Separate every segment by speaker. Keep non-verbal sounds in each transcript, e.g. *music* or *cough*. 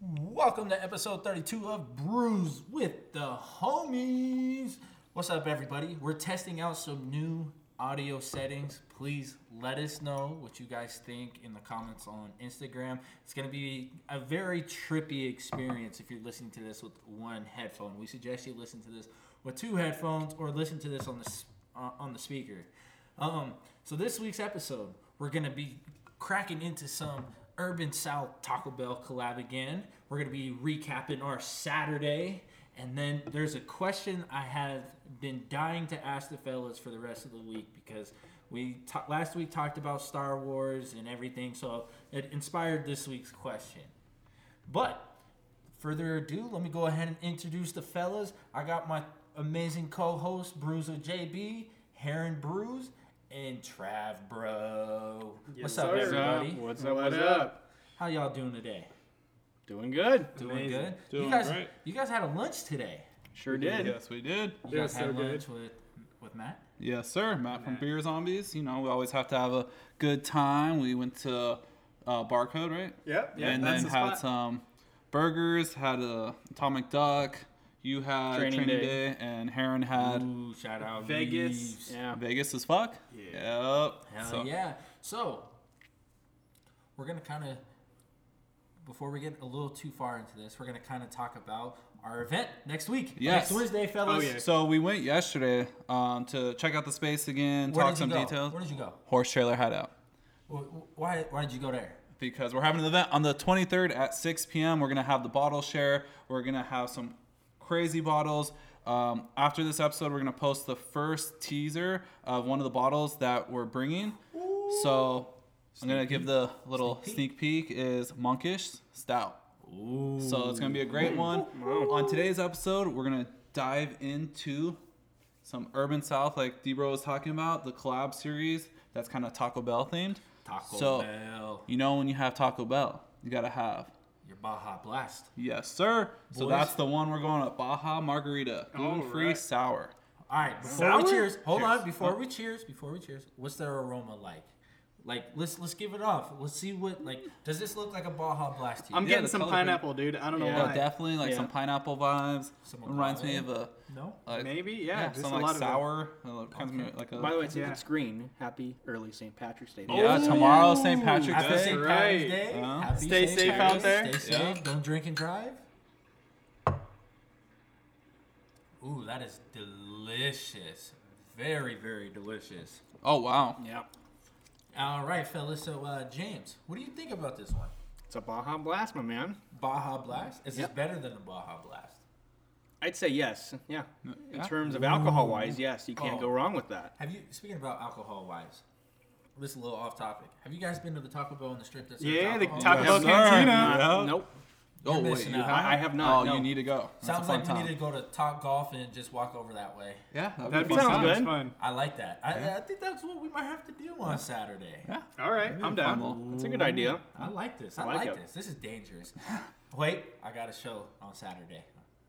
Speaker 1: Welcome to episode 32 of Brews with the Homies. What's up, everybody? We're testing out some new audio settings. Please let us know what you guys think in the comments on Instagram. It's going to be a very trippy experience if you're listening to this with one headphone. We suggest you listen to this with two headphones or listen to this on the s- uh, on the speaker. Um, so this week's episode, we're gonna be cracking into some Urban South Taco Bell collab again. We're gonna be recapping our Saturday, and then there's a question I have been dying to ask the fellas for the rest of the week because we ta- last week talked about Star Wars and everything, so it inspired this week's question. But further ado, let me go ahead and introduce the fellas. I got my amazing co-host Bruiser JB, Heron Bruise, and Trav Bro. What's up,
Speaker 2: sir.
Speaker 1: everybody?
Speaker 3: What's
Speaker 2: So
Speaker 3: up?
Speaker 2: what
Speaker 3: What's up?
Speaker 2: up?
Speaker 1: How y'all doing today?
Speaker 3: Doing good.
Speaker 1: Doing
Speaker 2: Amazing.
Speaker 1: good. you
Speaker 4: Doing
Speaker 1: guys,
Speaker 4: great.
Speaker 1: you guys had a lunch today.
Speaker 3: Sure did.
Speaker 4: Yes, we did.
Speaker 1: You
Speaker 2: Yeah,
Speaker 1: guys had
Speaker 2: so good.
Speaker 1: lunch with with Matt.
Speaker 4: Yes, sir. Matt from Beer Zombies. You know, we always have to have a good time. We went to uh, Barcode, right?
Speaker 2: Yep. yep,
Speaker 4: and
Speaker 2: that's uh,
Speaker 4: then
Speaker 2: the
Speaker 4: had
Speaker 2: spot.
Speaker 4: some burgers, had a Atomic Duck. You had
Speaker 3: Training
Speaker 4: Training,
Speaker 3: Day.
Speaker 4: Day. and Heron had
Speaker 1: Ooh, shout out
Speaker 2: Vegas.
Speaker 1: Reeves.
Speaker 3: Yeah.
Speaker 4: Vegas as fuck. Yeah. Yep.
Speaker 1: Hell
Speaker 4: so,
Speaker 1: yeah. So we're gonna kinda before we get a little too far into this, we're gonna kinda talk about our event next week.
Speaker 4: Yes.
Speaker 1: Next Wednesday, fellas.
Speaker 2: Oh, yeah.
Speaker 4: so we went yesterday um, to check out the space again,
Speaker 1: Where
Speaker 4: talk
Speaker 1: did
Speaker 4: some
Speaker 1: you go?
Speaker 4: details.
Speaker 1: Where did you go?
Speaker 4: Horse trailer hideout.
Speaker 1: Wh- wh- Why, why did you go there?
Speaker 4: because we're having an event on the 23rd at 6 p.m. We're gonna have the bottle share. We're gonna have some crazy bottles. Um, after this episode, we're gonna post the first teaser of one of the bottles that we're bringing. So I'm gonna give the little sneak peek. is Monkish Stout. So it's gonna be a great one. On today's episode, we're gonna dive into some Urban South, like Debro was talking about, the collab series that's kind of Taco Bell themed.
Speaker 1: Taco
Speaker 4: So-
Speaker 1: Bell,
Speaker 4: You know, when you have Taco Bell, you gotta have.
Speaker 1: your Baja Blast.
Speaker 4: Yes, sir. So
Speaker 1: Boys.
Speaker 4: that's the one we're going up. Baja Margarita,
Speaker 2: All
Speaker 4: gluten free
Speaker 2: right.
Speaker 4: sour.
Speaker 1: All right, before we
Speaker 2: Sour?
Speaker 1: cheers, hold
Speaker 4: Cheers. Oh.
Speaker 1: on. Before we cheers, before we cheers, what's their aroma like? Like, let's let's give it off. Let's see what like. Does this look like a Baja Blast to you?
Speaker 2: I'm
Speaker 4: Yeah,
Speaker 2: getting
Speaker 4: the
Speaker 2: some
Speaker 4: color green.
Speaker 2: pineapple, dude. I don't know
Speaker 3: Yeah,
Speaker 4: Oh,
Speaker 2: why.
Speaker 4: definitely like
Speaker 3: Yeah.
Speaker 4: some pineapple vibes.
Speaker 1: Some
Speaker 4: Reminds me of
Speaker 1: agave?
Speaker 4: a
Speaker 1: no.
Speaker 4: like,
Speaker 2: Maybe, yeah. just
Speaker 4: some
Speaker 2: a
Speaker 4: like
Speaker 2: lot of
Speaker 4: sour. uh, kinds of like a,
Speaker 3: By the way, since
Speaker 2: Yeah.
Speaker 3: it's green, happy early St. Patrick's Day.
Speaker 4: yeah.
Speaker 2: Oh,
Speaker 4: tomorrow St. Patrick's
Speaker 1: Happy
Speaker 2: That's
Speaker 4: Day.
Speaker 1: St.
Speaker 2: right.
Speaker 1: Patrick's Day.
Speaker 4: Yeah.
Speaker 1: Happy
Speaker 2: Stay
Speaker 1: St.
Speaker 2: safe
Speaker 1: Patrick's
Speaker 2: out there.
Speaker 1: Stay safe.
Speaker 4: Yeah.
Speaker 1: Don't drink and drive. Ooh, that is delicious. Very, very delicious.
Speaker 4: Oh wow.
Speaker 3: Yeah.
Speaker 1: All right, fellas. So, uh, James, what do you think about this one?
Speaker 3: It's a Baja Blast, my man.
Speaker 1: Baja Blast? Is
Speaker 3: Yep.
Speaker 1: this better than a Baja Blast?
Speaker 3: I'd say yes. Yeah. In
Speaker 4: Yeah.
Speaker 3: terms of alcohol wise, yes, you can't
Speaker 1: Oh.
Speaker 3: go wrong with that.
Speaker 1: Have you speaking about alcohol wise? This is a little off topic. Have you guys been to the Taco Bell on the strip? That serves
Speaker 2: Yeah, the
Speaker 1: alcohol?
Speaker 2: Taco
Speaker 4: Yes,
Speaker 2: Bell
Speaker 4: sir.
Speaker 2: Cantina.
Speaker 4: Yeah.
Speaker 3: Nope.
Speaker 4: Oh wait,
Speaker 1: missing
Speaker 4: you
Speaker 1: out.
Speaker 4: have?
Speaker 3: I, I have not.
Speaker 4: oh,
Speaker 3: no.
Speaker 4: you need to go. That's
Speaker 1: Sounds
Speaker 4: a fun
Speaker 1: like
Speaker 4: time.
Speaker 1: we need to go to Top Golf and just walk over that way.
Speaker 4: Yeah, that'd,
Speaker 2: That'd
Speaker 4: be
Speaker 2: be
Speaker 4: fun.
Speaker 3: sounds
Speaker 2: sounds
Speaker 3: good.
Speaker 2: fun.
Speaker 1: I like that. I, I think that's what we might have to do on Saturday.
Speaker 4: Yeah.
Speaker 2: All right,
Speaker 4: That'd be
Speaker 2: I'm
Speaker 4: a fun
Speaker 2: down.
Speaker 4: little-
Speaker 3: That's a good idea.
Speaker 1: I like this. I,
Speaker 3: like
Speaker 1: like,
Speaker 3: it.
Speaker 1: this. This is dangerous. Wait, I got a show on Saturday.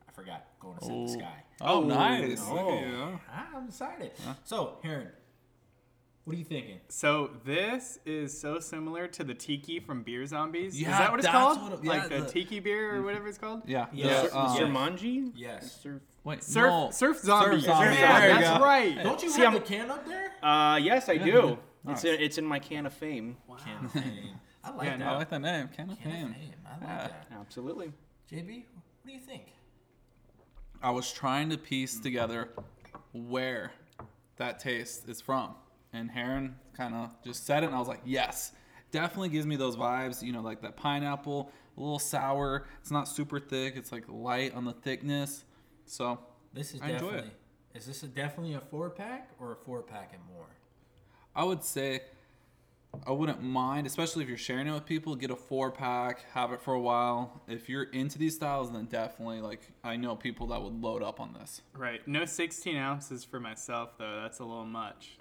Speaker 1: I forgot. Going to Set the Sky. Ah,
Speaker 3: Oh,
Speaker 4: Oh, nice.
Speaker 3: no.
Speaker 4: Look at you.
Speaker 1: I'm excited. So, Heron, what are you thinking?
Speaker 2: So this is so similar to the tiki from Beer Zombies.
Speaker 4: Yeah,
Speaker 2: is that what it's
Speaker 4: that's
Speaker 2: called?
Speaker 4: what it-
Speaker 2: like
Speaker 4: yeah,
Speaker 2: the,
Speaker 4: the- Mm.
Speaker 2: tiki beer or whatever it's called.
Speaker 4: Yeah.
Speaker 1: Yeah.
Speaker 3: Sur-
Speaker 4: The, um,
Speaker 1: Yeah.
Speaker 3: Sir Manji?
Speaker 1: Yes.
Speaker 3: Sur-
Speaker 4: Wait.
Speaker 2: Surf,
Speaker 4: no.
Speaker 2: surf zombies.
Speaker 4: zombies.
Speaker 2: Yeah,
Speaker 4: There you
Speaker 2: that's
Speaker 4: go.
Speaker 2: right.
Speaker 1: Don't you
Speaker 3: See,
Speaker 1: have
Speaker 3: I'm-
Speaker 1: the can up there?
Speaker 3: Uh, yes, I
Speaker 4: you
Speaker 3: do.
Speaker 4: do.
Speaker 3: It's,
Speaker 4: Nice.
Speaker 3: in, it's in my can of fame.
Speaker 1: Can of fame. I like
Speaker 2: Yeah,
Speaker 1: that.
Speaker 2: no,
Speaker 4: I like that name. Can of
Speaker 1: Can of
Speaker 4: Fame.
Speaker 1: fame. I like
Speaker 4: Yeah.
Speaker 1: that.
Speaker 3: Absolutely.
Speaker 1: JB, what do you think?
Speaker 4: I was trying to piece together where that taste is from. And Heron kind of just said it, and I was like, yes. Definitely gives me those vibes, you know, like that pineapple, a little sour. It's not super thick, it's like light on the thickness. So
Speaker 1: This is
Speaker 4: I enjoy it.
Speaker 1: definitely. Is this a, definitely a four pack or a four pack and more?
Speaker 4: I would say I wouldn't mind, especially if you're sharing it with people, get a four pack, have it for a while. If you're into these styles, then definitely, like, I know people that would load up on this.
Speaker 2: Right. No 16 ounces for myself though. That's a little much.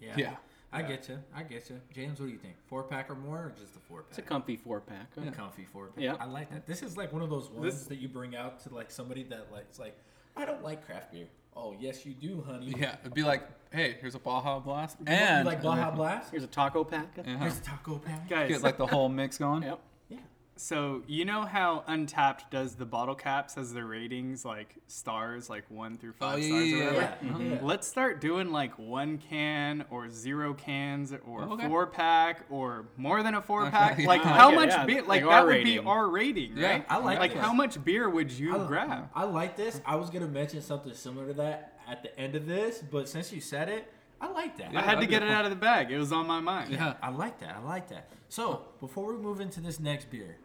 Speaker 1: Yeah.
Speaker 4: Yeah.
Speaker 1: I get you. I get you. James, what do you think? Four pack or more, or just the four pack?
Speaker 3: It's a comfy four pack. huh?
Speaker 1: comfy four pack.
Speaker 3: Yeah.
Speaker 1: I like that. This is like one of those ones
Speaker 2: This-
Speaker 1: that you bring out to like somebody that likes like I don't like craft beer. Oh yes, you do, honey. You
Speaker 4: Yeah, it'd be like, hey, here's a Baja Blast.
Speaker 1: want- you
Speaker 4: And
Speaker 1: like Baja Blast.
Speaker 3: Here's a taco pack.
Speaker 4: Yeah.
Speaker 1: Here's taco pack.
Speaker 2: Guys,
Speaker 4: Get like the whole mix going.
Speaker 3: Yep.
Speaker 1: Yeah.
Speaker 2: So you know how Untapped does the bottle caps as their ratings, like stars, like one through five
Speaker 4: Oh, yeah,
Speaker 2: stars
Speaker 4: yeah,
Speaker 2: or
Speaker 4: yeah,
Speaker 2: whatever.
Speaker 1: yeah. Mhm. Yeah.
Speaker 2: Let's start doing like one can or zero cans or
Speaker 4: Okay.
Speaker 2: four pack or more than a four
Speaker 4: Okay,
Speaker 2: pack.
Speaker 4: yeah.
Speaker 2: Like
Speaker 4: I
Speaker 2: how
Speaker 3: like it,
Speaker 2: much
Speaker 3: yeah,
Speaker 2: beer?
Speaker 3: like
Speaker 2: Like,
Speaker 3: our
Speaker 2: that would be
Speaker 3: rating.
Speaker 2: our rating,
Speaker 4: Yeah,
Speaker 2: right?
Speaker 1: I like
Speaker 2: Like
Speaker 1: this.
Speaker 2: how much beer would you
Speaker 1: I-
Speaker 2: grab?
Speaker 1: I like this. I was gonna mention something similar to that at the end of this, but since you said it, I like that.
Speaker 2: I
Speaker 4: Yeah.
Speaker 2: had to
Speaker 4: that'd be
Speaker 2: get it
Speaker 4: fun.
Speaker 2: out of the bag. It was on my mind.
Speaker 4: Yeah.
Speaker 1: I like that. I like that. So before we move into this next beer,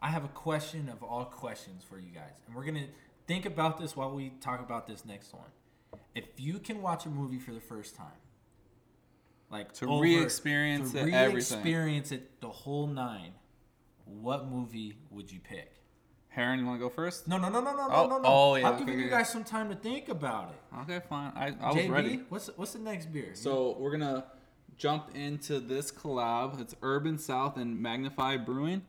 Speaker 1: I have a question of all questions for you guys, and we're gonna think about this while we talk about this next one. If you can watch a movie for the first time, like
Speaker 4: To re-experience
Speaker 1: to
Speaker 4: it, everything.
Speaker 1: re-experience it the whole nine, what movie would you pick?
Speaker 4: Heron, you want to go first?
Speaker 1: No, no, no, no, no,
Speaker 4: Oh,
Speaker 1: no, no.
Speaker 4: oh, yeah,
Speaker 1: I'm giving
Speaker 4: okay,
Speaker 1: you
Speaker 4: yeah.
Speaker 1: guys some time to think about it.
Speaker 4: Okay, fine. I, I was
Speaker 1: JB,
Speaker 4: ready.
Speaker 1: what's what's the next beer?
Speaker 4: So we're gonna jump into this collab. It's Urban South and Magnify Brewing,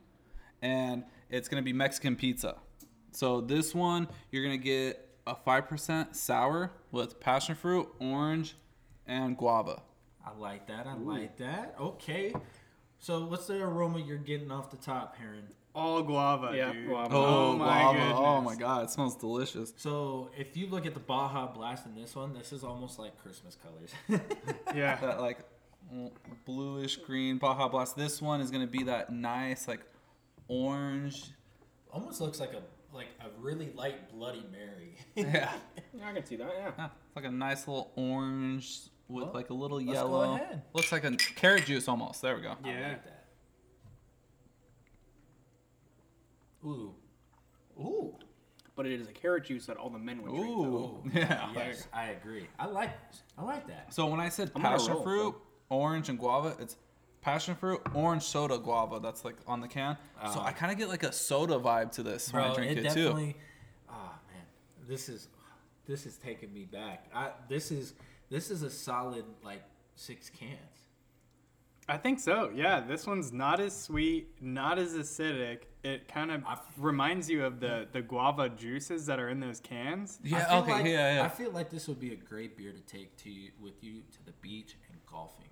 Speaker 4: and it's gonna be Mexican pizza. So this one you're gonna get a five percent sour with passion fruit, orange, and guava.
Speaker 1: I like that. I like that. Okay. So what's the aroma you're getting off the top, Heron?
Speaker 2: All guava,
Speaker 3: Yeah,
Speaker 2: dude.
Speaker 3: guava.
Speaker 2: Oh, my
Speaker 4: guava.
Speaker 2: goodness.
Speaker 4: Oh my god, it smells delicious.
Speaker 1: So if you look at the Baja Blast in this one, this is almost like Christmas colors. *laughs*
Speaker 4: *laughs*
Speaker 2: Yeah.
Speaker 4: That like bluish green Baja Blast. This one is gonna be that nice like orange.
Speaker 1: almost looks like a like a really light Bloody Mary. *laughs*
Speaker 4: Yeah.
Speaker 3: I can see that. Yeah.
Speaker 4: Ah, it's like a nice little orange with
Speaker 1: Well,
Speaker 4: like a little
Speaker 1: go
Speaker 4: yellow.
Speaker 1: ahead.
Speaker 4: Looks like a carrot juice almost. There we go.
Speaker 1: I
Speaker 2: Yeah.
Speaker 1: like that. Ooh. Ooh.
Speaker 3: But it is a carrot juice that all the men would drink. though.
Speaker 4: Ooh. *laughs* Yeah.
Speaker 1: Yes, I agree. I like I like that.
Speaker 4: So when I said
Speaker 3: I'm gonna
Speaker 4: passion
Speaker 3: roll,
Speaker 4: fruit, orange, and guava, it's passion fruit, orange soda, guava. That's like on the can. so I kind of get like a soda vibe to this when I drink it, too.
Speaker 1: Ah man, this is this is taking me back. I, this is this is a solid like six cans.
Speaker 2: I think so. Yeah, this one's not as sweet, not as acidic. It kind of reminds you of the the guava juices that are in those cans.
Speaker 1: I
Speaker 4: Yeah.
Speaker 1: feel
Speaker 4: Okay.
Speaker 1: like-
Speaker 4: yeah.
Speaker 1: I
Speaker 4: Yeah.
Speaker 1: feel like this would be a great beer to take to you, with you to the beach and golfing.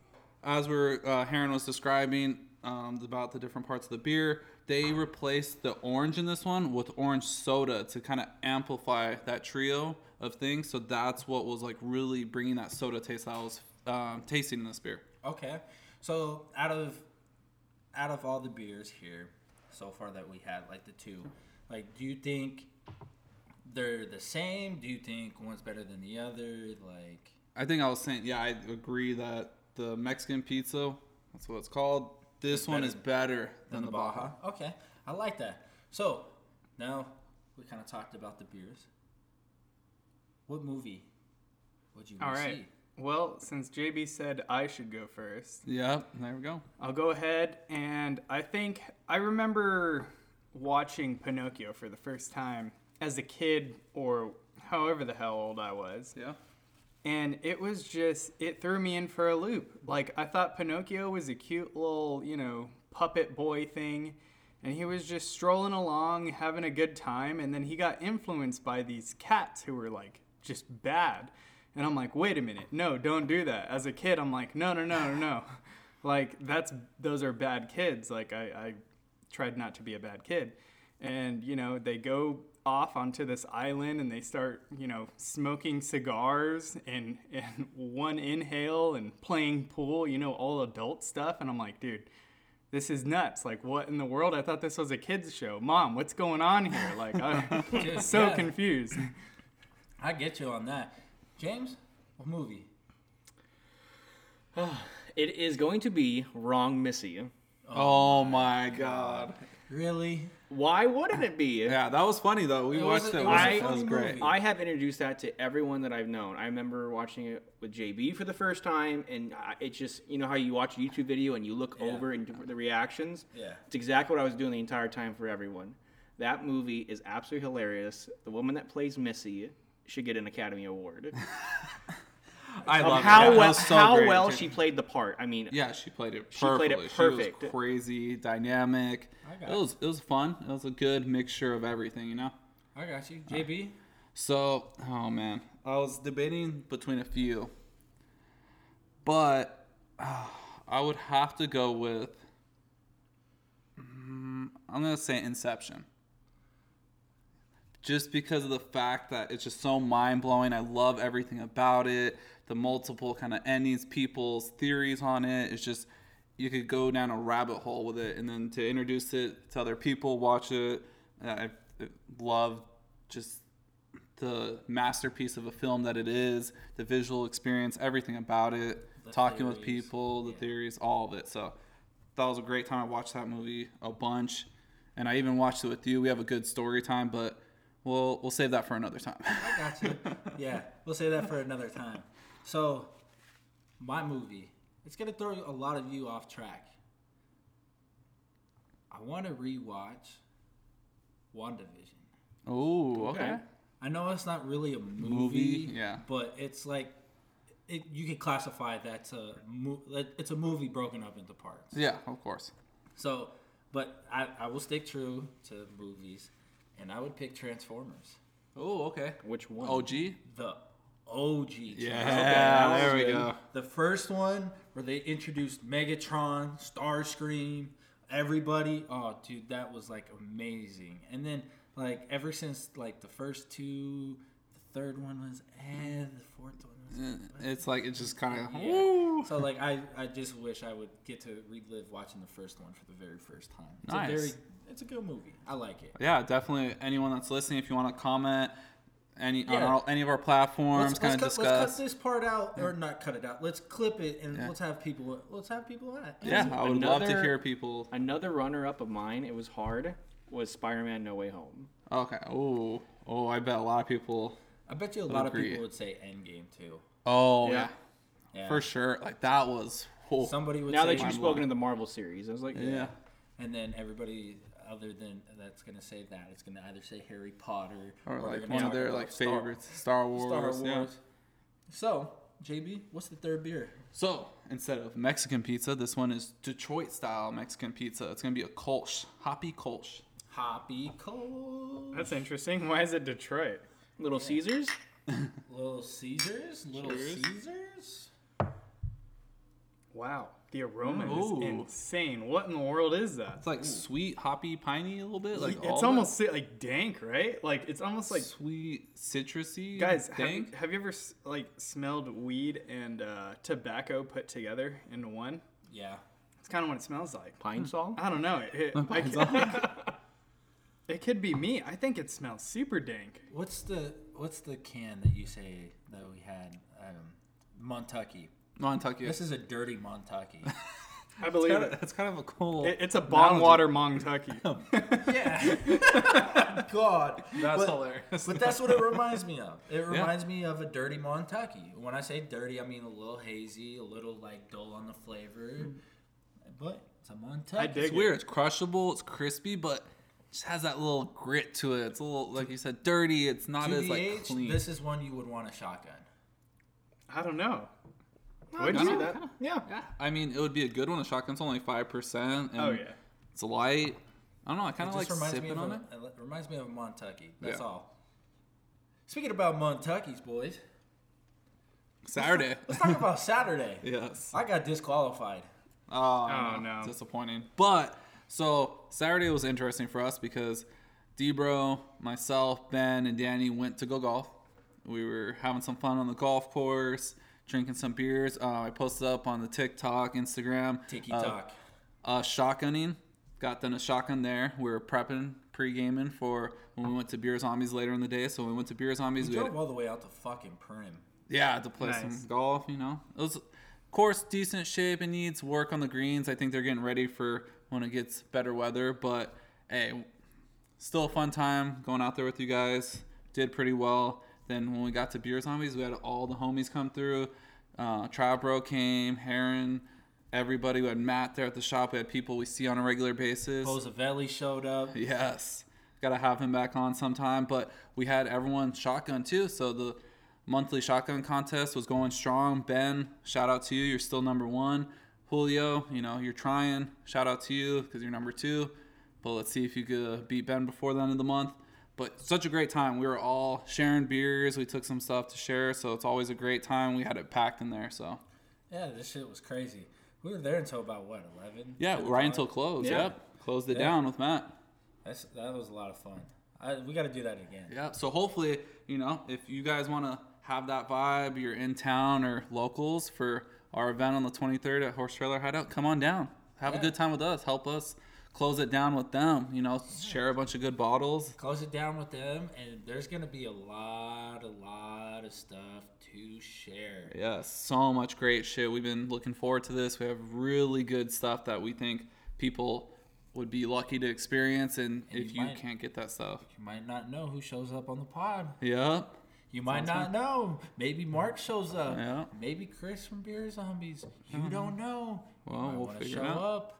Speaker 4: as we're uh, Heron was describing um, about the different parts of the beer, they replaced the orange in this one with orange soda to kind of amplify that trio of things. So that's what was like really bringing that soda taste that I was um, tasting in this beer.
Speaker 1: Okay, so out of out of all the beers here so far that we had, like the two, like do you think they're the same? Do you think one's better than the other? Like
Speaker 4: I think I was saying, yeah, I agree that the Mexican pizza, that's what it's called. This one is better than, the Baja.
Speaker 1: Okay, I like that. So now we kind of talked about the beers. What movie would you
Speaker 2: All
Speaker 1: wanna
Speaker 2: right.
Speaker 1: see?
Speaker 2: Well, since JB said I should go first,
Speaker 4: Yep, there we go.
Speaker 2: I'll go ahead and I think I remember watching Pinocchio for the first time as a kid or however the hell old I was.
Speaker 4: Yeah.
Speaker 2: and it was just it threw me in for a loop like i thought pinocchio was a cute little you know puppet boy thing and he was just strolling along having a good time and then he got influenced by these cats who were like just bad and i'm like wait a minute no don't do that as a kid i'm like no no no no no like that's those are bad kids like i, I tried not to be a bad kid and you know they go off onto this island and they start you know smoking cigars and and one inhale and playing pool you know all adult stuff and i'm like dude this is nuts like what in the world i thought this was a kids show mom what's going on here like *laughs* i'm so
Speaker 1: Yeah.
Speaker 2: confused
Speaker 1: I get you on that. James, what movie?
Speaker 3: It is going to be Wrong Missy.
Speaker 4: Oh, my God.
Speaker 1: Really?
Speaker 3: Why wouldn't it be?
Speaker 4: Yeah, that was funny though. We
Speaker 1: It was
Speaker 4: watched
Speaker 1: a-
Speaker 4: it.
Speaker 1: it
Speaker 4: once.
Speaker 3: was a
Speaker 4: that was
Speaker 1: funny
Speaker 4: great.
Speaker 1: movie.
Speaker 3: I have introduced that to everyone that I've known. I remember watching it with JB for the first time, and I, it's just you know how you watch a YouTube video and you look
Speaker 1: Yeah.
Speaker 3: over and do the reactions.
Speaker 1: Yeah.
Speaker 3: it's exactly what I was doing the entire time for everyone. That movie is absolutely hilarious. The woman that plays Missy should get an Academy Award.
Speaker 4: *laughs* I
Speaker 3: Of
Speaker 4: love it.
Speaker 3: how
Speaker 4: Yeah, that
Speaker 3: well,
Speaker 4: was so
Speaker 3: how
Speaker 4: great,
Speaker 3: well
Speaker 4: dude.
Speaker 3: she played the part. I mean,
Speaker 4: Yeah, she played it.
Speaker 3: She played it
Speaker 4: perfectly. She
Speaker 3: perfect.
Speaker 4: was crazy, dynamic.
Speaker 1: I
Speaker 4: It
Speaker 1: got it.
Speaker 4: was it was fun. It was a good mixture of everything, you know.
Speaker 1: I got you. JB?
Speaker 4: So, oh man, I was debating between a few, *sighs* but ah, I would have to go with. Mm, I'm gonna say Inception. Just because of the fact that it's just so mind blowing. I love everything about it. The multiple kind of endings, people's theories on it. It's just you could go down a rabbit hole with it, and then to introduce it to other people, watch it. uh, I I love just the masterpiece of a film that it is. The visual experience, everything about it. talking with
Speaker 1: theories.
Speaker 4: people, the
Speaker 1: Yeah.
Speaker 4: theories, all of it. So that was a great time. I watched that movie a bunch, and I even watched it with you. We have a good story time, but we'll we'll save that for another time. *laughs*
Speaker 1: Gotcha. yeah, we'll say that for another time. So, my movie, it's gonna throw a lot of you off track. I want to rewatch WandaVision.
Speaker 4: oh, okay.
Speaker 3: Okay.
Speaker 1: I know it's not really a movie,
Speaker 4: yeah.
Speaker 1: but it's like it, you could classify that to mo- like, it's a movie broken up into parts.
Speaker 4: Yeah, of course.
Speaker 1: So, but I, I will stick true to movies, and I would pick Transformers,
Speaker 4: Oh, okay.
Speaker 3: Which one?
Speaker 4: OG.
Speaker 1: the OG. Transformers.
Speaker 4: Yeah,
Speaker 3: that was
Speaker 4: there we
Speaker 3: good.
Speaker 4: go.
Speaker 1: The first one where they introduced Megatron, Starscream, everybody. Oh, dude, that was like amazing. And then like ever since like the first two, the third one was eh, the fourth one was. eh.
Speaker 4: It's like it's just kind of.
Speaker 1: Yeah. So like I, I just wish I would get to relive watching the first one for the very first time. It's
Speaker 4: Nice.
Speaker 1: a very it's a good movie. I like it.
Speaker 4: Yeah, definitely. Anyone that's listening, if you want to comment, any on
Speaker 1: Yeah.
Speaker 4: our, any of our platforms, kind of
Speaker 1: cut, let's
Speaker 4: discuss.
Speaker 1: cut this part out or not cut it out. Let's clip it and
Speaker 4: Yeah.
Speaker 1: let's have people let's have people at. it.
Speaker 4: Yeah, I would love to
Speaker 3: Another-
Speaker 4: hear people.
Speaker 3: Another runner-up of mine. It was hard. Was Spider-Man: No Way Home?
Speaker 4: Okay. Oh, oh, I bet a lot of people.
Speaker 1: I bet you a lot of
Speaker 4: agree.
Speaker 1: people would say Endgame too.
Speaker 4: Oh
Speaker 3: Yeah.
Speaker 4: yeah,
Speaker 1: Yeah.
Speaker 4: for sure. Like that was. Oh,
Speaker 1: Somebody would
Speaker 3: now
Speaker 1: say
Speaker 3: that you've
Speaker 4: mind
Speaker 3: spoken
Speaker 4: blowing.
Speaker 3: of the Marvel series, I was like,
Speaker 4: yeah.
Speaker 1: and then everybody other than that's gonna say that it's gonna either say Harry Potter
Speaker 4: Or
Speaker 1: they're
Speaker 4: like
Speaker 1: gonna
Speaker 4: one of
Speaker 1: talk
Speaker 4: their
Speaker 1: about
Speaker 4: like
Speaker 1: Star-
Speaker 4: favorites, Star Wars.
Speaker 1: Star Wars.
Speaker 4: yeah.
Speaker 1: So JB, what's the third beer?
Speaker 4: So instead of Mexican pizza, this one is Detroit style Mexican pizza. It's gonna be a Kolsch, hoppy Kolsch.
Speaker 1: Hoppy Cold,
Speaker 2: That's interesting. Why is it Detroit?
Speaker 3: Little Caesars.
Speaker 1: Little Caesars, Little
Speaker 4: Cheers.
Speaker 1: Caesars.
Speaker 2: Wow. The aroma
Speaker 4: Ooh.
Speaker 2: is insane. What in the world is that?
Speaker 4: It's like sweet, hoppy, piney a little bit. Like all
Speaker 2: it's
Speaker 4: that
Speaker 2: almost si- like dank, right? Like it's almost like
Speaker 4: sweet, citrusy.
Speaker 2: guys. Have,
Speaker 4: thing.
Speaker 2: have you ever s- like smelled weed and uh, tobacco put together into one?
Speaker 1: Yeah,
Speaker 2: That's kind of what it smells like.
Speaker 4: Hmm.
Speaker 3: Pine Sol.
Speaker 4: Uh,
Speaker 2: I don't know. It, it, I
Speaker 4: Pine
Speaker 2: ca- *laughs* it could be me. I think it smells super dank.
Speaker 1: what's the what's the can that you say that we had? Um, Montucky.
Speaker 4: Montucky.
Speaker 1: This is a dirty
Speaker 4: *laughs*
Speaker 1: Montucky.
Speaker 2: I believe
Speaker 4: Kinda-
Speaker 2: it.
Speaker 4: that's kind of
Speaker 2: *laughs*
Speaker 4: a cool.
Speaker 2: It- It's a bong water Montucky.
Speaker 1: yeah. *laughs* God.
Speaker 4: That's
Speaker 1: But-
Speaker 4: hilarious.
Speaker 1: But that's what it reminds me of. It reminds me of a dirty Montucky. When I say dirty, I mean a little hazy, a little like dull on the flavor.
Speaker 4: Hmm.
Speaker 1: But it's a Montucky.
Speaker 2: I dig
Speaker 4: It's weird. It's crushable. It's crispy, but it just has that little grit to it. It's a little, like you said, dirty. It's not
Speaker 1: To
Speaker 4: as
Speaker 1: the
Speaker 4: like
Speaker 1: age,
Speaker 4: clean.
Speaker 1: this is one you would want a shotgun.
Speaker 2: I don't know. Would
Speaker 4: kinda,
Speaker 2: you? Yeah.
Speaker 4: yeah, I mean, it would be a good one. A shotgun's only five percent.
Speaker 2: Oh yeah.
Speaker 4: it's light. I don't know. I kind
Speaker 1: It
Speaker 4: of like
Speaker 1: just reminds me
Speaker 4: sipping
Speaker 1: of
Speaker 4: on
Speaker 1: a, *laughs*
Speaker 4: it.
Speaker 1: it reminds me of a Montucky. That's
Speaker 4: Yeah.
Speaker 1: all. Speaking about Montuckies, boys,
Speaker 4: Saturday.
Speaker 1: let's talk about Saturday.
Speaker 4: yes.
Speaker 1: I got disqualified.
Speaker 4: Oh,
Speaker 2: Oh,
Speaker 4: no.
Speaker 2: no.
Speaker 4: Disappointing. But so Saturday was interesting for us because Debro, myself, Ben, and Danny went to go golf. We were having some fun on the golf course, drinking some beers. Uh, I posted up on the TikTok, Instagram.
Speaker 1: Tiki
Speaker 4: uh,
Speaker 1: Talk.
Speaker 4: uh, shotgunning. Got done a shotgun there. We were prepping, pre-gaming for when we went to Beer Zombies later in the day. So when we went to Beer Zombies. We had,
Speaker 1: Drove all the way out to fucking Prim.
Speaker 4: yeah, to play
Speaker 2: Nice.
Speaker 4: some golf, you know. It was course decent shape. It needs work on the greens. I think they're getting ready for when it gets better weather, but hey, still a fun time going out there with you guys. Did pretty well. Then when we got to Beer Zombies, we had all the homies come through. Uh, Trial Bro came, Heron, everybody. We had Matt there at the shop. We had people we see on a regular basis.
Speaker 1: Rosavelli showed up.
Speaker 4: Yes. Gotta have him back on sometime. But we had everyone shotgun too. So the monthly shotgun contest was going strong. Ben, shout out to you. You're still number one. Julio, you know, you're trying. Shout out to you because you're number two. But let's see if you could uh, beat Ben before the end of the month. But such a great time. We were all sharing beers. We took some stuff to share. So it's always a great time. We had it packed in there. So
Speaker 1: Yeah, this shit was crazy. We were there until about what, eleven?
Speaker 4: yeah, right until close.
Speaker 3: Yeah.
Speaker 4: Yep. Closed it down with Matt.
Speaker 1: That's that was a lot of fun. I, we got to do that again.
Speaker 4: Yeah. So hopefully, you know, if you guys want to have that vibe, you're in town or locals for our event on the 23rd at Horse Trailer Hideout, come on down. Have
Speaker 1: Yeah.
Speaker 4: a good time with us. Help us close it down with them. You know, share a bunch of good bottles.
Speaker 1: Close it down with them, and there's gonna be a lot, a lot of stuff to share.
Speaker 4: Yeah, so much great shit. We've been looking forward to this. We have really good stuff that we think people would be lucky to experience. And,
Speaker 1: And
Speaker 4: if
Speaker 1: you
Speaker 4: you
Speaker 1: might-
Speaker 4: can't get that stuff,
Speaker 1: You might not know who shows up on the pod.
Speaker 4: yeah,
Speaker 1: You might not know. Maybe Mark shows up.
Speaker 4: Yeah. Hmm.
Speaker 1: Maybe Chris from Beer Zombies. You don't know. You
Speaker 4: Well,
Speaker 1: might
Speaker 4: we'll
Speaker 1: wanna
Speaker 4: figure it
Speaker 1: show
Speaker 4: out.
Speaker 1: up.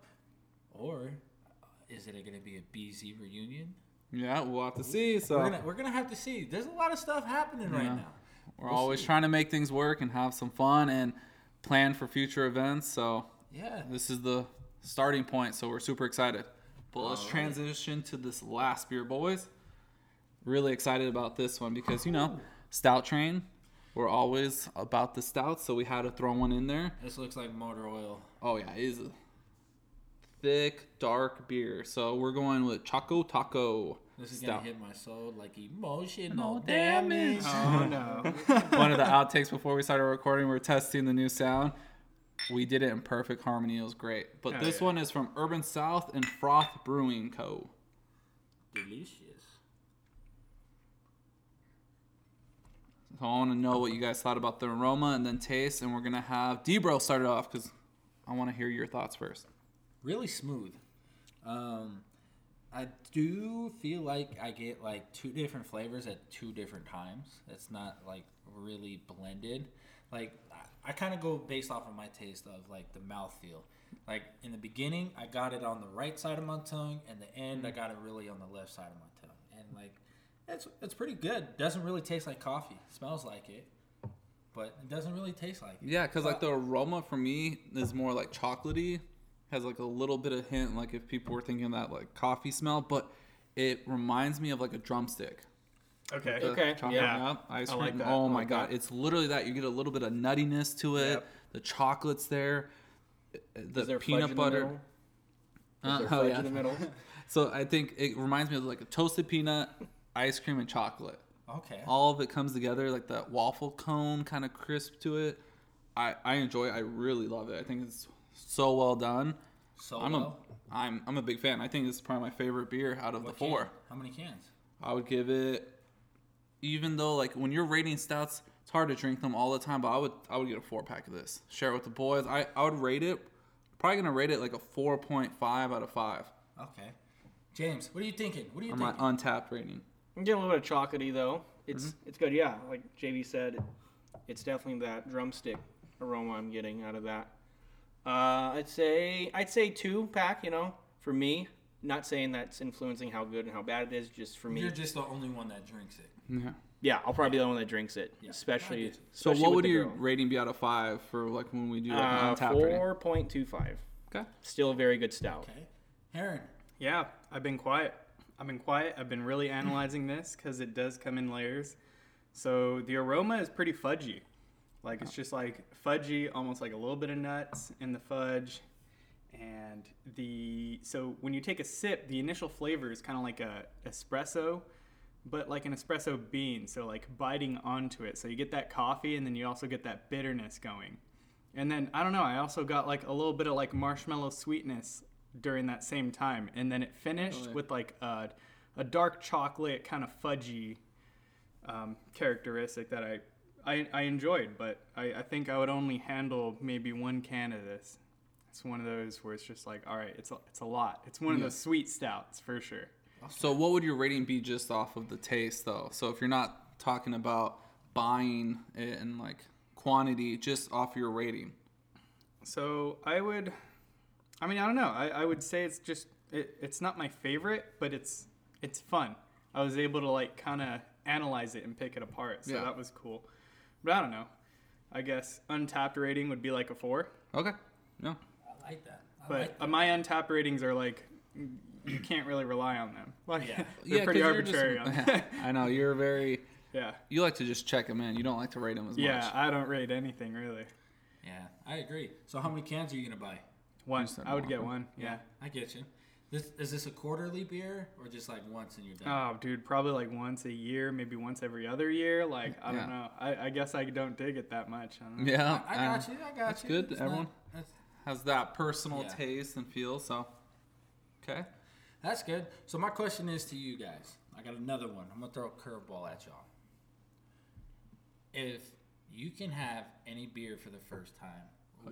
Speaker 1: Or uh, is it going to be a BZ reunion?
Speaker 4: yeah, we'll have to see. So
Speaker 1: We're gonna we're gonna have to see. There's a lot of stuff happening right
Speaker 4: Yeah.
Speaker 1: now.
Speaker 4: We're always trying to make things work and have some fun and plan for future events. So
Speaker 1: Yeah.
Speaker 4: this is the starting point. So we're super excited. But let's transition to this last beer, boys. Really excited about this one because you know, Stout Train. We're always about the stouts, so we had to throw one in there.
Speaker 1: This looks like motor oil.
Speaker 4: Oh yeah, it is a thick, dark beer. So we're going with Choco Taco.
Speaker 1: This is
Speaker 4: Stout.
Speaker 1: gonna hit my soul like emotional
Speaker 4: No
Speaker 1: damage.
Speaker 4: damage.
Speaker 2: Oh no.
Speaker 4: one of the outtakes before we started recording, we are testing the new sound. We did it in perfect harmony. It was great. But
Speaker 2: Oh,
Speaker 4: this
Speaker 2: yeah.
Speaker 4: one is from Urban South and Froth Brewing Co.
Speaker 1: Delicious.
Speaker 4: So I want to know what you guys thought about the aroma and then taste. And we're going to have Debro start it off because I want to hear your thoughts first.
Speaker 1: Really smooth. Um, I do feel like I get like two different flavors at two different times. It's not like really blended. Like I, I kind of go based off of my taste of like the mouthfeel. Like in the beginning, I got it on the right side of my tongue, and the end,
Speaker 4: Mm-hmm.
Speaker 1: I got it really on the left side of my tongue. And like, it's it's pretty good. Doesn't really taste like coffee. Smells like it, but it doesn't really taste like it.
Speaker 4: Yeah, because like the aroma for me is more like chocolatey, has like a little bit of hint, like if people were thinking that like coffee smell, but it reminds me of like a drumstick.
Speaker 2: *laughs* Okay.
Speaker 4: the
Speaker 3: Okay,
Speaker 4: chocolate
Speaker 2: yeah.
Speaker 4: milk, ice
Speaker 2: I
Speaker 4: cream.
Speaker 2: like that.
Speaker 4: Oh
Speaker 2: I
Speaker 4: my
Speaker 2: like
Speaker 4: god,
Speaker 2: that.
Speaker 4: it's literally that. You get a little bit of nuttiness to it.
Speaker 2: Yep.
Speaker 4: The chocolate's there. The
Speaker 3: Is there fudge
Speaker 4: peanut
Speaker 3: in
Speaker 4: butter.
Speaker 3: The middle? Is there
Speaker 4: Uh, oh,
Speaker 3: fudge
Speaker 4: yeah.
Speaker 3: in the
Speaker 4: *laughs*
Speaker 3: middle?
Speaker 4: So I think it reminds me of like a toasted peanut, ice cream, and chocolate.
Speaker 1: Okay.
Speaker 4: All of it comes together like that waffle cone kind of crisp to it. I I enjoy. It. I really love it. I think it's so well done.
Speaker 1: So
Speaker 4: I'm a
Speaker 1: Oh, well.
Speaker 4: I'm I'm a big fan. I think it's probably my favorite beer out of
Speaker 1: What
Speaker 4: the four.
Speaker 1: can- How many cans?
Speaker 4: I would give it, even though like when you're rating stouts, it's hard to drink them all the time. But I would I would get a four pack of this. Share it with the boys. I I would rate it. Probably gonna rate it like a four point five out of five
Speaker 1: Okay. James, what are you thinking? What are you
Speaker 4: on my
Speaker 1: thinking?
Speaker 4: untapped rating.
Speaker 3: I'm getting a little bit of chocolatey though. It's
Speaker 4: Mm-hmm.
Speaker 3: it's good, yeah. Like JV said, it's definitely that drumstick aroma I'm getting out of that. Uh, I'd say I'd say two pack. You know, for me, not saying that's influencing how good and how bad it is, just for me.
Speaker 1: You're just the only one that drinks it.
Speaker 4: Yeah.
Speaker 3: yeah, I'll probably be the one that drinks it,
Speaker 1: Yeah. I
Speaker 3: especially.
Speaker 1: get you.
Speaker 4: So
Speaker 3: especially
Speaker 4: what
Speaker 3: with
Speaker 4: would
Speaker 3: the
Speaker 4: your
Speaker 3: girl.
Speaker 4: rating be out of five for like when we do like an
Speaker 3: uh,
Speaker 4: untapped rating?
Speaker 3: four point two five?
Speaker 4: Okay.
Speaker 3: Still a very good stout.
Speaker 1: Okay. Heron,
Speaker 2: Yeah, I've been quiet. I've been quiet. I've been really analyzing this because it does come in layers. So the aroma is pretty fudgy. Like it's just like fudgy, almost like a little bit of nuts in the fudge. And the so when you take a sip, the initial flavor is kind of like a espresso, but like an espresso bean. So like biting onto it. So you get that coffee and then you also get that bitterness going. And then I don't know, I also got like a little bit of like marshmallow sweetness during that same time. And then it finished
Speaker 4: Really?
Speaker 2: with like a, a dark chocolate kind of fudgy um, characteristic that I, I I enjoyed, but I, I think I would only handle maybe one can of this. It's one of those where it's just like, all right, it's a, it's a lot. It's one of
Speaker 4: Yeah.
Speaker 2: those sweet stouts for sure.
Speaker 4: So what would your rating be just off of the taste though? So if you're not talking about buying it and like quantity, just off your rating.
Speaker 2: So I would, I mean, I don't know. I, I would say it's just it, it's not my favorite, but it's it's fun. I was able to like kind of analyze it and pick it apart, so
Speaker 4: Yeah.
Speaker 2: that was cool. But I don't know. I guess untapped rating would be like a four.
Speaker 4: Okay. Yeah.
Speaker 1: I like that. I
Speaker 2: But
Speaker 1: like
Speaker 2: uh, my untapped ratings are like you can't really rely on them. *laughs* Like
Speaker 1: Yeah.
Speaker 2: they're pretty
Speaker 4: 'cause you're just-
Speaker 2: arbitrary.
Speaker 1: *laughs*
Speaker 2: *laughs* on that.
Speaker 4: I know you're very.
Speaker 2: yeah,
Speaker 4: You like to just check them in. You don't like to rate them as
Speaker 2: yeah.
Speaker 4: much.
Speaker 2: I don't rate anything really.
Speaker 1: yeah, I agree. So how many cans are you gonna buy?
Speaker 2: One,
Speaker 4: said
Speaker 2: I would
Speaker 4: one.
Speaker 2: get one. Yeah,
Speaker 1: I get you. This, is this a quarterly beer or just like once and you're
Speaker 4: Uh,
Speaker 1: done?
Speaker 2: Oh, dude, probably like once a year, maybe once every other year. Like, I
Speaker 4: Yeah.
Speaker 2: don't know. I, I guess I don't dig it that much. I don't know.
Speaker 4: Yeah,
Speaker 1: I
Speaker 4: um,
Speaker 1: got you. I got
Speaker 4: that's
Speaker 1: you.
Speaker 4: good,
Speaker 1: It's
Speaker 4: everyone.
Speaker 1: not- that's,
Speaker 4: Has that personal
Speaker 1: Yeah.
Speaker 4: taste and feel. So, okay.
Speaker 1: that's good. So my question is to you guys. I got another one. I'm gonna throw a curveball at y'all. If you can have any beer for the first time,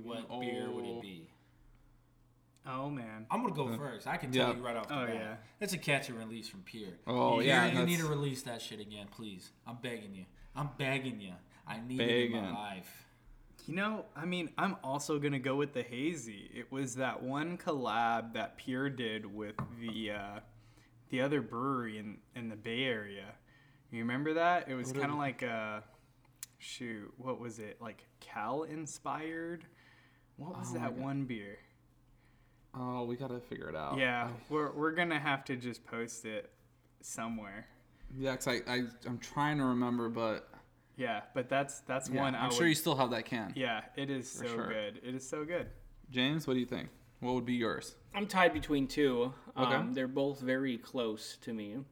Speaker 1: what beer would it
Speaker 4: old-
Speaker 1: be?
Speaker 2: Oh man.
Speaker 1: I'm gonna go first. I can tell
Speaker 4: Uh, Yeah.
Speaker 1: you right off the
Speaker 2: Oh,
Speaker 1: bat.
Speaker 2: yeah.
Speaker 1: That's a catch and release from Pierre.
Speaker 4: Oh,
Speaker 1: you,
Speaker 4: yeah,
Speaker 1: you- You need
Speaker 4: that's-
Speaker 1: to release that shit again, please. I'm begging you. I'm begging you. I need it in
Speaker 4: Begging.
Speaker 1: my life.
Speaker 2: You know, I mean, I'm also gonna go with the hazy. It was that one collab that Pure did with the uh, the other brewery in in the Bay Area. You remember that? It was kind of like uh, shoot, what was it? Like Cal inspired. What was
Speaker 4: Oh my
Speaker 2: that
Speaker 4: God.
Speaker 2: one beer?
Speaker 4: Oh, we gotta figure it out.
Speaker 2: Yeah, we're we're gonna have to just post it somewhere.
Speaker 4: Yeah, 'cause I, I I'm trying to remember, but
Speaker 2: Yeah, but that's that's
Speaker 4: yeah,
Speaker 2: one. I
Speaker 4: I'm sure
Speaker 2: would-
Speaker 4: you still have that can.
Speaker 2: Yeah, it is so
Speaker 4: sure.
Speaker 2: good. It is so
Speaker 3: *laughs*
Speaker 2: good.
Speaker 4: James, what do you think? What would be yours?
Speaker 3: I'm tied between two. Um,
Speaker 4: Okay.
Speaker 3: They're both very close to me.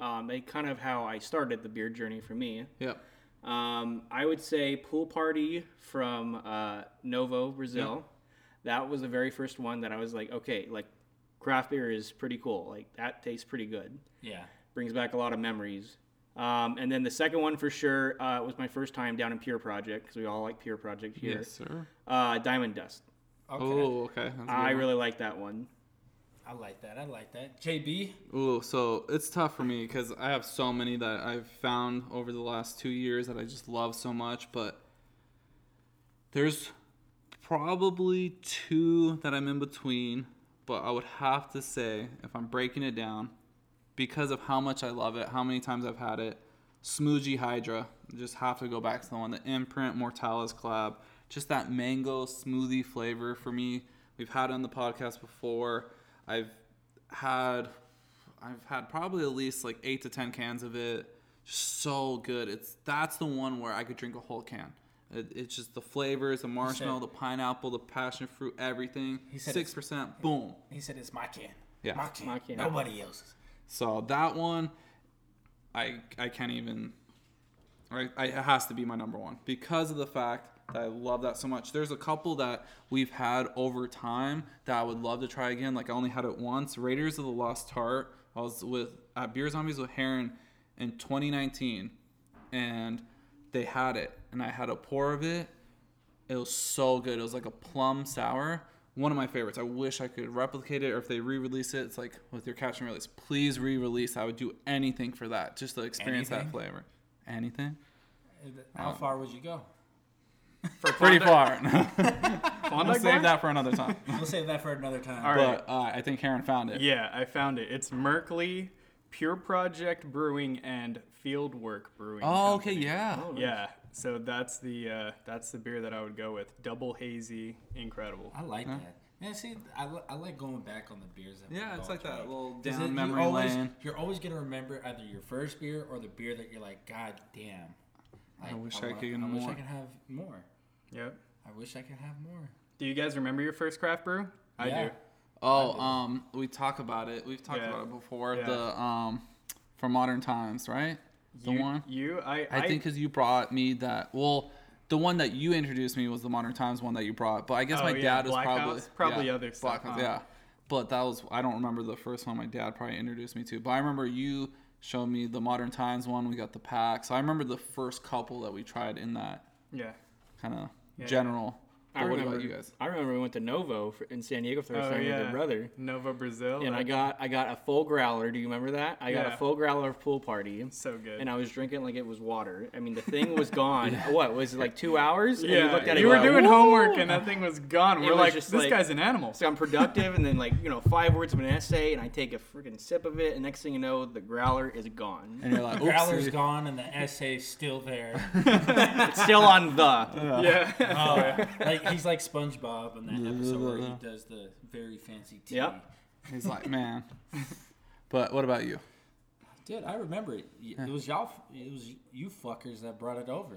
Speaker 3: Um, they kind of how I started the beer journey for me.
Speaker 4: Yep.
Speaker 3: Um, I would say Pool Party from uh, Novo, Brazil. That was the very first one that I was like, okay, like craft beer is pretty cool. Like that tastes pretty good.
Speaker 1: Yeah.
Speaker 3: Brings back a lot of memories. Um, and then the second one for sure uh, was my first time down in Pure Project because we all like Pure Project here.
Speaker 4: Yes, sir.
Speaker 3: Uh, Diamond Dust.
Speaker 1: Okay.
Speaker 4: Oh, okay. That's a good
Speaker 3: I
Speaker 4: one.
Speaker 3: really like that one.
Speaker 1: I like that. I like that. JB.
Speaker 4: Ooh, so it's tough for me because I have so many that I've found over the last two years that I just love so much, but there's probably two that I'm in between, but I would have to say, if I'm breaking it down, because of how much I love it, how many times I've had it, Smoogie Hydra. Just have to go back to the one, the Imprint Mortalis collab. Just that mango smoothie flavor for me. We've had it on the podcast before. I've had, I've had probably at least like eight to ten cans of it. Just so good. It's that's the one where I could drink a whole can. It, it's just the flavors, the marshmallow, the pineapple, the passion fruit, everything.
Speaker 1: said
Speaker 4: Six
Speaker 1: it's-
Speaker 4: percent, boom.
Speaker 1: He said it's my can.
Speaker 4: Yeah.
Speaker 1: My can.
Speaker 3: My can.
Speaker 1: Nobody else's.
Speaker 4: So that one, I I can't even. Right, I, it has to be my number one because of the fact that I love that so much. There's a couple that we've had over time that I would love to try again. Like I only had it once. Raiders of the Lost Heart. I was with at Beer Zombies with Heron in 2019, and they had it, and I had a pour of it, it was so good. It was like a plum sour. One of my favorites. I wish I could replicate it, or if they re-release it, it's like with your catch and release. Please re-release. I would do anything for that, just to experience
Speaker 1: Anything?
Speaker 4: that flavor. Anything?
Speaker 1: How far would you go?
Speaker 4: Pretty far. *laughs*
Speaker 2: Klondike
Speaker 4: I'll
Speaker 2: Bar?
Speaker 4: save that for another *laughs* time.
Speaker 1: We'll save that for another time.
Speaker 2: All right.
Speaker 4: But uh, I think Karen found it.
Speaker 2: Yeah, I found it. It's Merkley, Pure Project Brewing, and Fieldwork Brewing.
Speaker 4: Oh, okay.
Speaker 2: Company.
Speaker 4: Yeah.
Speaker 2: Yeah. So that's the uh, that's the beer that I would go with. Double hazy, incredible.
Speaker 1: I like that. Man, see, I, li- I like going back on the beers. That
Speaker 4: Yeah,
Speaker 1: we've
Speaker 4: it's
Speaker 1: all
Speaker 4: like that
Speaker 1: drank.
Speaker 4: little
Speaker 1: 'Cause
Speaker 4: down
Speaker 1: it- you
Speaker 4: memory
Speaker 1: always-
Speaker 4: lane.
Speaker 1: You're always gonna remember either your first beer or the beer that you're like, God damn. Like,
Speaker 4: wish I
Speaker 1: wa-
Speaker 4: could get
Speaker 1: I wish I
Speaker 4: more."
Speaker 1: could have more.
Speaker 2: Yep.
Speaker 1: I wish I could have more.
Speaker 2: Do you guys remember your first craft brew? I
Speaker 1: Yeah.
Speaker 2: do.
Speaker 4: Oh, um, we talk about it. We've talked
Speaker 2: Yeah.
Speaker 4: about it before.
Speaker 2: Yeah.
Speaker 4: The um, from modern times, right? The
Speaker 2: you,
Speaker 4: one.
Speaker 2: You, I,
Speaker 4: I, think 'cause think because you brought me that. Well, the one that you introduced me was the Modern Times one that you brought, but I guess
Speaker 2: Oh,
Speaker 4: my
Speaker 2: yeah,
Speaker 4: dad was
Speaker 2: Black
Speaker 4: probably
Speaker 2: House? Probably
Speaker 4: yeah,
Speaker 2: other stuff,
Speaker 4: Black House,
Speaker 2: huh?
Speaker 4: yeah. But that was I don't remember the first one my dad probably introduced me to, but I remember you showed me the Modern Times one. We got the pack, so I remember the first couple that we tried in that
Speaker 2: Yeah.
Speaker 4: kind of
Speaker 2: Yeah.
Speaker 4: general.
Speaker 3: I
Speaker 4: But what
Speaker 3: remember
Speaker 4: about you guys?
Speaker 3: I remember we went to Novo for, in San Diego for the first
Speaker 2: Oh
Speaker 3: time
Speaker 2: yeah.
Speaker 3: with your brother.
Speaker 2: Nova Brazil.
Speaker 3: And I
Speaker 2: That's
Speaker 3: got I got a full growler. Do you remember that? I got
Speaker 2: Yeah.
Speaker 3: a full growler of pool party.
Speaker 2: so good.
Speaker 3: And I was drinking like it was water. I mean, the thing was
Speaker 2: *laughs*
Speaker 3: gone. What was it like two hours? And
Speaker 2: yeah,
Speaker 3: we looked at it
Speaker 2: you
Speaker 3: and
Speaker 2: were
Speaker 3: go,
Speaker 2: doing
Speaker 3: "Woo!"
Speaker 2: homework and that thing was gone. We're
Speaker 3: was
Speaker 2: like, this
Speaker 3: just like-
Speaker 2: guy's an animal.
Speaker 3: So I'm productive, and then like you know five words of an essay, and I take a freaking sip of it, and next thing you know, the growler is gone.
Speaker 2: *laughs*
Speaker 4: And you're
Speaker 1: *laughs*
Speaker 4: like,
Speaker 1: Growler's
Speaker 4: "Oopsie."
Speaker 1: gone and the essay's still there.
Speaker 4: *laughs*
Speaker 3: It's still on the. *laughs*
Speaker 2: yeah.
Speaker 1: Oh, like he's like SpongeBob in
Speaker 4: *laughs*
Speaker 1: that episode where he does the very fancy tea.
Speaker 3: Yep.
Speaker 4: He's like, man. But what about you?
Speaker 1: Dude, I remember it. Y- It was y'all. f- It was you fuckers that brought it over.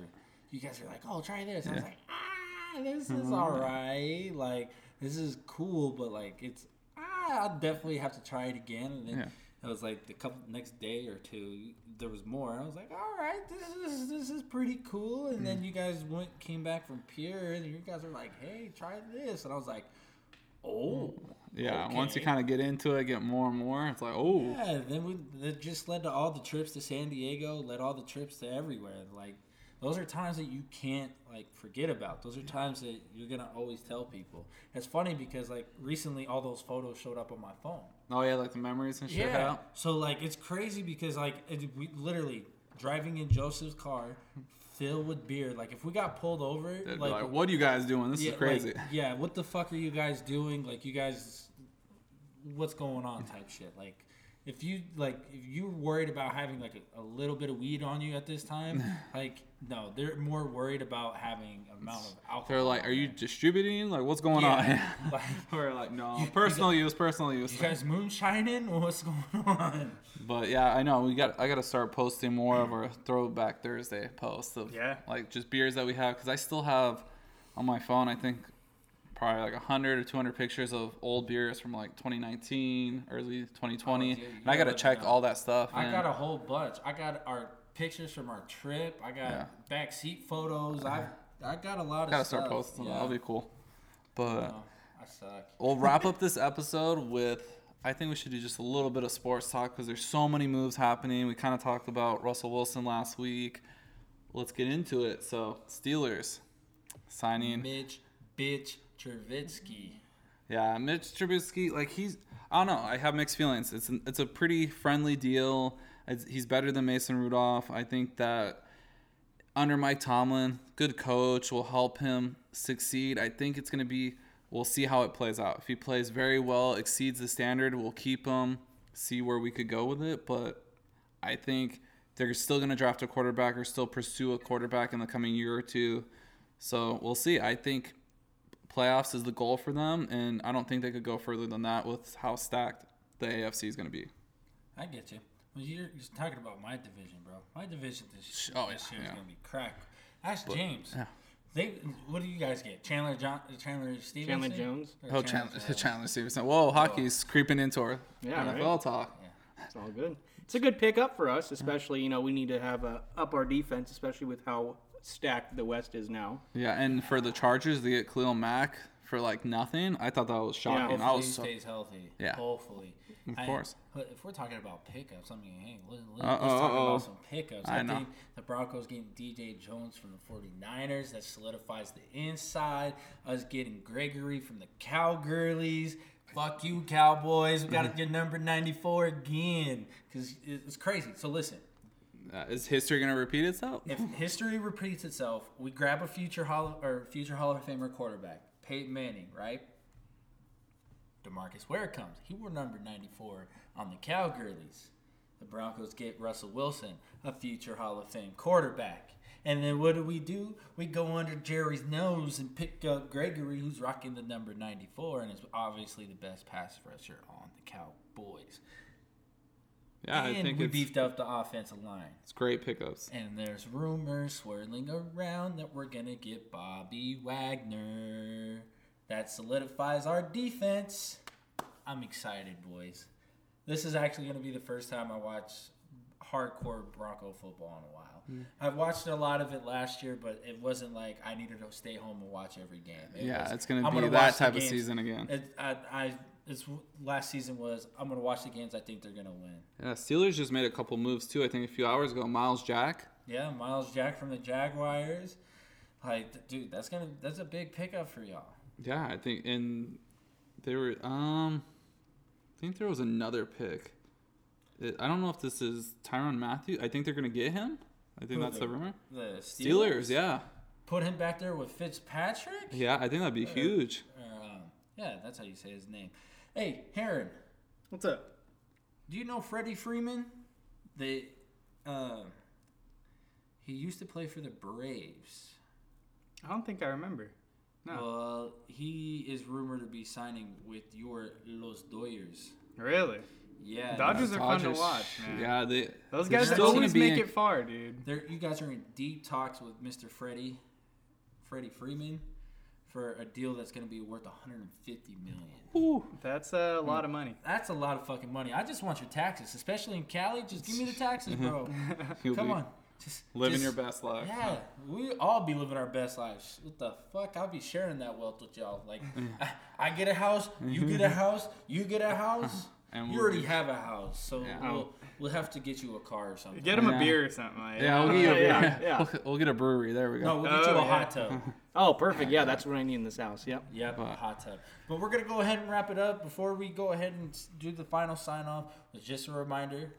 Speaker 1: You guys were like, "Oh, try this." I was like, "Ah, this is all right. Like, this is cool, but like, it's ah, I'll definitely have to try it again. And then
Speaker 4: Yeah.
Speaker 1: it was like the couple next day or two, there was more. And I was like, all right, this is this is pretty cool. And then you guys went came back from Pure, and you guys were like, hey, try this. And I was like, oh,
Speaker 4: Yeah, once you
Speaker 1: okay.
Speaker 4: kind of get into it, get more and more, it's like, oh,
Speaker 1: Yeah, then we that just led to all the trips to San Diego, led all the trips to everywhere. Like those are times that you can't like forget about. Those are times that you're gonna always tell people. It's funny because like recently all those photos showed up on my phone.
Speaker 4: oh yeah, like the memories and shit.
Speaker 1: Yeah.
Speaker 4: out.
Speaker 1: So like it's crazy because like it, we literally driving in Joseph's car filled with beer. Like if we got pulled over,
Speaker 4: They'd be
Speaker 1: like,
Speaker 4: like, what are you guys doing? This
Speaker 1: yeah,
Speaker 4: is crazy.
Speaker 1: like, yeah, what the fuck are you guys doing? Like you guys what's going on type shit. Like if you like if you're worried about having like a, a little bit of weed on you at this
Speaker 4: *laughs*
Speaker 1: time, like no, they're more worried about having amount of alcohol.
Speaker 4: They're like, are you distributing? Like, what's going
Speaker 1: *laughs* Yeah.
Speaker 4: on?
Speaker 1: like,
Speaker 4: *laughs* We're like, no,
Speaker 1: You-
Speaker 4: personal use, personal use.
Speaker 1: you guys moonshining? *laughs* What's going on?
Speaker 4: But yeah, I know we got. I got to start posting more of our Throwback Thursday posts of
Speaker 2: Yeah.
Speaker 4: like just beers that we have because I still have on my phone. I think probably like 100 or 200 pictures of old beers from like 2019, early 2020,
Speaker 1: Oh, dude, you
Speaker 4: and I got to
Speaker 1: gotta
Speaker 4: check
Speaker 1: know.
Speaker 4: all that stuff.
Speaker 1: I
Speaker 4: and-
Speaker 1: got a whole bunch. I got our pictures from our trip. I got
Speaker 4: Yeah.
Speaker 1: backseat photos. I I got a lot of
Speaker 4: gotta
Speaker 1: stuff.
Speaker 4: start posting.
Speaker 1: Yeah.
Speaker 4: That'll be cool. But
Speaker 1: No, I suck.
Speaker 4: we'll wrap up this episode with. I think we should do just a little bit of sports talk because there's so many moves happening. We kind of talked about Russell Wilson last week. Let's get into it. So Steelers signing.
Speaker 1: Mitch, bitch, Trevitsky.
Speaker 4: Yeah, Mitch Trubisky, like he's, I don't know. I have mixed feelings. It's an, it's a pretty friendly deal. It's, he's better than Mason Rudolph. I think that under Mike Tomlin, good coach will help him succeed. I think it's going to be. We'll see how it plays out. If he plays very well, exceeds the standard, we'll keep him. See where we could go with it, but I think they're still going to draft a quarterback or still pursue a quarterback in the coming year or two. So we'll see. I think playoffs is the goal for them, and I don't think they could go further than that with how stacked the AFC is going to be.
Speaker 1: I get you. Well, you're just talking about my division, bro. My division this,
Speaker 4: Oh,
Speaker 1: this
Speaker 4: yeah,
Speaker 1: year is
Speaker 4: yeah.
Speaker 1: gonna be crack. Ask James. They, what do you guys get? Chandler John, Chandler Stevenson,
Speaker 3: Jones?
Speaker 1: Or
Speaker 4: Oh, Chandler, Chandler Stevenson. Whoa, hockey's creeping into our
Speaker 3: Yeah, right?
Speaker 4: NFL talk.
Speaker 3: It's all good. It's a good pickup for us, especially you know we need to have uh up our defense, especially with how stacked the West is now.
Speaker 4: Yeah, and for the Chargers, they get Khalil Mack for like nothing. I thought that was shocking.
Speaker 1: Hopefully
Speaker 4: I was
Speaker 1: he
Speaker 4: so,
Speaker 1: stays healthy.
Speaker 4: Yeah.
Speaker 1: Hopefully.
Speaker 4: Of
Speaker 1: I-
Speaker 4: course.
Speaker 1: but if we're talking about pickups, I mean, hey, let, let,
Speaker 4: Uh-oh,
Speaker 1: us talk
Speaker 4: uh-oh.
Speaker 1: about some pickups.
Speaker 4: I
Speaker 1: I,
Speaker 4: know.
Speaker 1: think the Broncos getting DJ Jones from the 49ers. That solidifies the inside. Us getting Gregory from the Cowgirlies. Fuck you, Cowboys. We got to
Speaker 4: *laughs*
Speaker 1: get number 94 again because it's crazy. So listen,
Speaker 4: uh, is history going to repeat itself? *sighs*
Speaker 1: if history repeats itself, we grab a future Hall or future Hall of Famer quarterback, Peyton Manning, right? Demarcus Ware comes. He wore number 94 on the Cowgirlies. The Broncos get Russell Wilson, a future Hall of Fame quarterback. And then what do we do? We go under Jerry's nose and pick up Gregory, who's rocking the number 94 and is obviously the best pass rusher on the Cowboys.
Speaker 4: Yeah, I
Speaker 1: and
Speaker 4: think
Speaker 1: we
Speaker 4: it's,
Speaker 1: beefed up the offensive line.
Speaker 4: it's great pickups.
Speaker 1: And there's rumors swirling around that we're gonna get Bobby Wagner. That solidifies our defense. I'm excited, boys. This is actually gonna be the first time I watch hardcore Bronco football in a while.
Speaker 4: Hmm.
Speaker 1: I watched a lot of it last year, but it wasn't like I needed to stay home and watch every game. It
Speaker 4: Yeah,
Speaker 1: was,
Speaker 4: it's gonna
Speaker 1: "I'm
Speaker 4: be
Speaker 1: gonna
Speaker 4: that
Speaker 1: watch the
Speaker 4: type of
Speaker 1: games."
Speaker 4: season again.
Speaker 1: It, I, I, it's last season was I'm gonna watch the games I think they're gonna win.
Speaker 4: Yeah, Steelers just made a couple moves too. I think a few hours ago, Miles Jack.
Speaker 1: Yeah, Miles Jack from the Jaguars. Like, th- dude, that's gonna that's a big pickup for y'all.
Speaker 4: Yeah, I think, and they were. Um, I think there was another pick. It, I don't know if this is Tyron Matthew. I think they're gonna get him. I think
Speaker 1: Who
Speaker 4: that's the
Speaker 1: they-
Speaker 4: rumor.
Speaker 1: The Steelers,
Speaker 4: Steelers, yeah,
Speaker 1: Put him back there with Fitzpatrick.
Speaker 4: yeah. I think that'd be huge.
Speaker 1: Or, um, yeah, that's how you say his name. Hey, Heron,
Speaker 3: What's up?
Speaker 1: do you know Freddie Freeman? The, um, he used to play for the Braves.
Speaker 2: I don't think I remember. No.
Speaker 1: Well, he is rumored to be signing with your Los Dodgers.
Speaker 2: Really?
Speaker 1: Yeah,
Speaker 2: Dodgers are fun to watch, man.
Speaker 4: Yeah, they.
Speaker 2: Those
Speaker 4: they're
Speaker 2: guys
Speaker 4: still gonna
Speaker 2: always
Speaker 4: be
Speaker 2: make
Speaker 4: in-
Speaker 2: it far, dude.
Speaker 1: There, you guys are in deep talks with Mr. Freddie, Freddie Freeman, for a deal that's going to be worth 150 million.
Speaker 2: That's a lot of money.
Speaker 1: That's a lot of fucking money. I just want your taxes, especially in Cali. Just give me the taxes, bro.
Speaker 4: *laughs* You'll
Speaker 1: Come
Speaker 4: be
Speaker 1: on. Just
Speaker 4: Living
Speaker 1: just-
Speaker 4: your best life.
Speaker 1: Yeah, we all be living our best lives. What the fuck? I'll be sharing that wealth with y'all.
Speaker 4: *laughs*
Speaker 1: Like, I, I get a house, you get a house, you get a house.
Speaker 4: Mm-hmm. *laughs* And
Speaker 1: you
Speaker 4: we'll
Speaker 1: already
Speaker 4: be-
Speaker 1: have a house, so
Speaker 4: Yeah.
Speaker 1: we'll, we'll have to get you a car or something.
Speaker 2: Get him
Speaker 4: Yeah.
Speaker 2: a beer or something. Like,
Speaker 4: Yeah, we'll get you a,
Speaker 3: Yeah,
Speaker 4: brewery.
Speaker 3: yeah.
Speaker 4: *laughs* We'll, we'll get a brewery. There we go.
Speaker 1: No, we'll get you
Speaker 2: Oh,
Speaker 1: a
Speaker 2: yeah.
Speaker 1: hot
Speaker 4: *laughs*
Speaker 1: tub.
Speaker 3: Oh, perfect. Yeah, that's what I need in this house. Yep.
Speaker 1: Yep,
Speaker 4: Fuck.
Speaker 1: hot tub. But we're gonna go ahead and wrap it up. Before we go ahead and s- do the final sign off, it's just a reminder: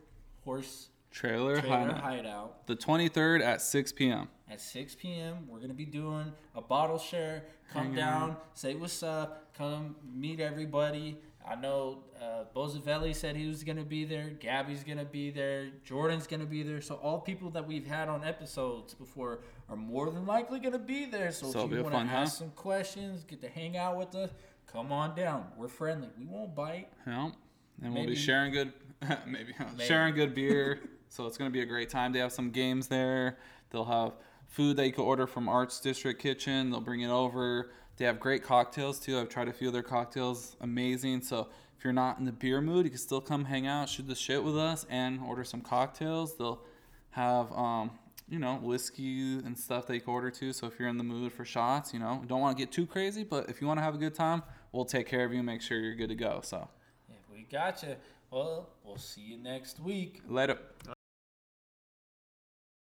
Speaker 1: horse
Speaker 4: Trailer,
Speaker 1: trailer
Speaker 4: Hideout.
Speaker 1: hideout
Speaker 4: The 23rd at 6 p.m.
Speaker 1: at 6 p.m. We're gonna be doing a bottle share. Come down, say what's up, come meet everybody. I know uh, Bozavelli said he was gonna be there. Gabby's gonna be there. Jordan's gonna be there. So all people that we've had on episodes before are more than likely gonna be there. So,
Speaker 4: So it'll
Speaker 1: if
Speaker 4: be
Speaker 1: you
Speaker 4: a
Speaker 1: wanna
Speaker 4: fun time.
Speaker 1: ask some questions, get to hang out with us, come on down. We're friendly. We won't bite.
Speaker 4: Yeah. And we'll
Speaker 1: Maybe.
Speaker 4: be sharing good, *laughs* maybe, sharing good beer. so it's going to be a great time. They have some games there. They'll have food that you can order from Arts District Kitchen. They'll bring it over. They have great cocktails too. I've tried a few of their cocktails. Amazing. So if you're not in the beer mood, you can still come hang out, shoot the shit with us, and order some cocktails. They'll have, um, you know, whiskey and stuff that you can order too. So if you're in the mood for shots, you know, don't want to get too crazy, but if you want to have a good time, we'll take care of you, make sure you're good to go. So.
Speaker 1: Yeah, we gotcha. Well, we'll see you next week.
Speaker 4: Later.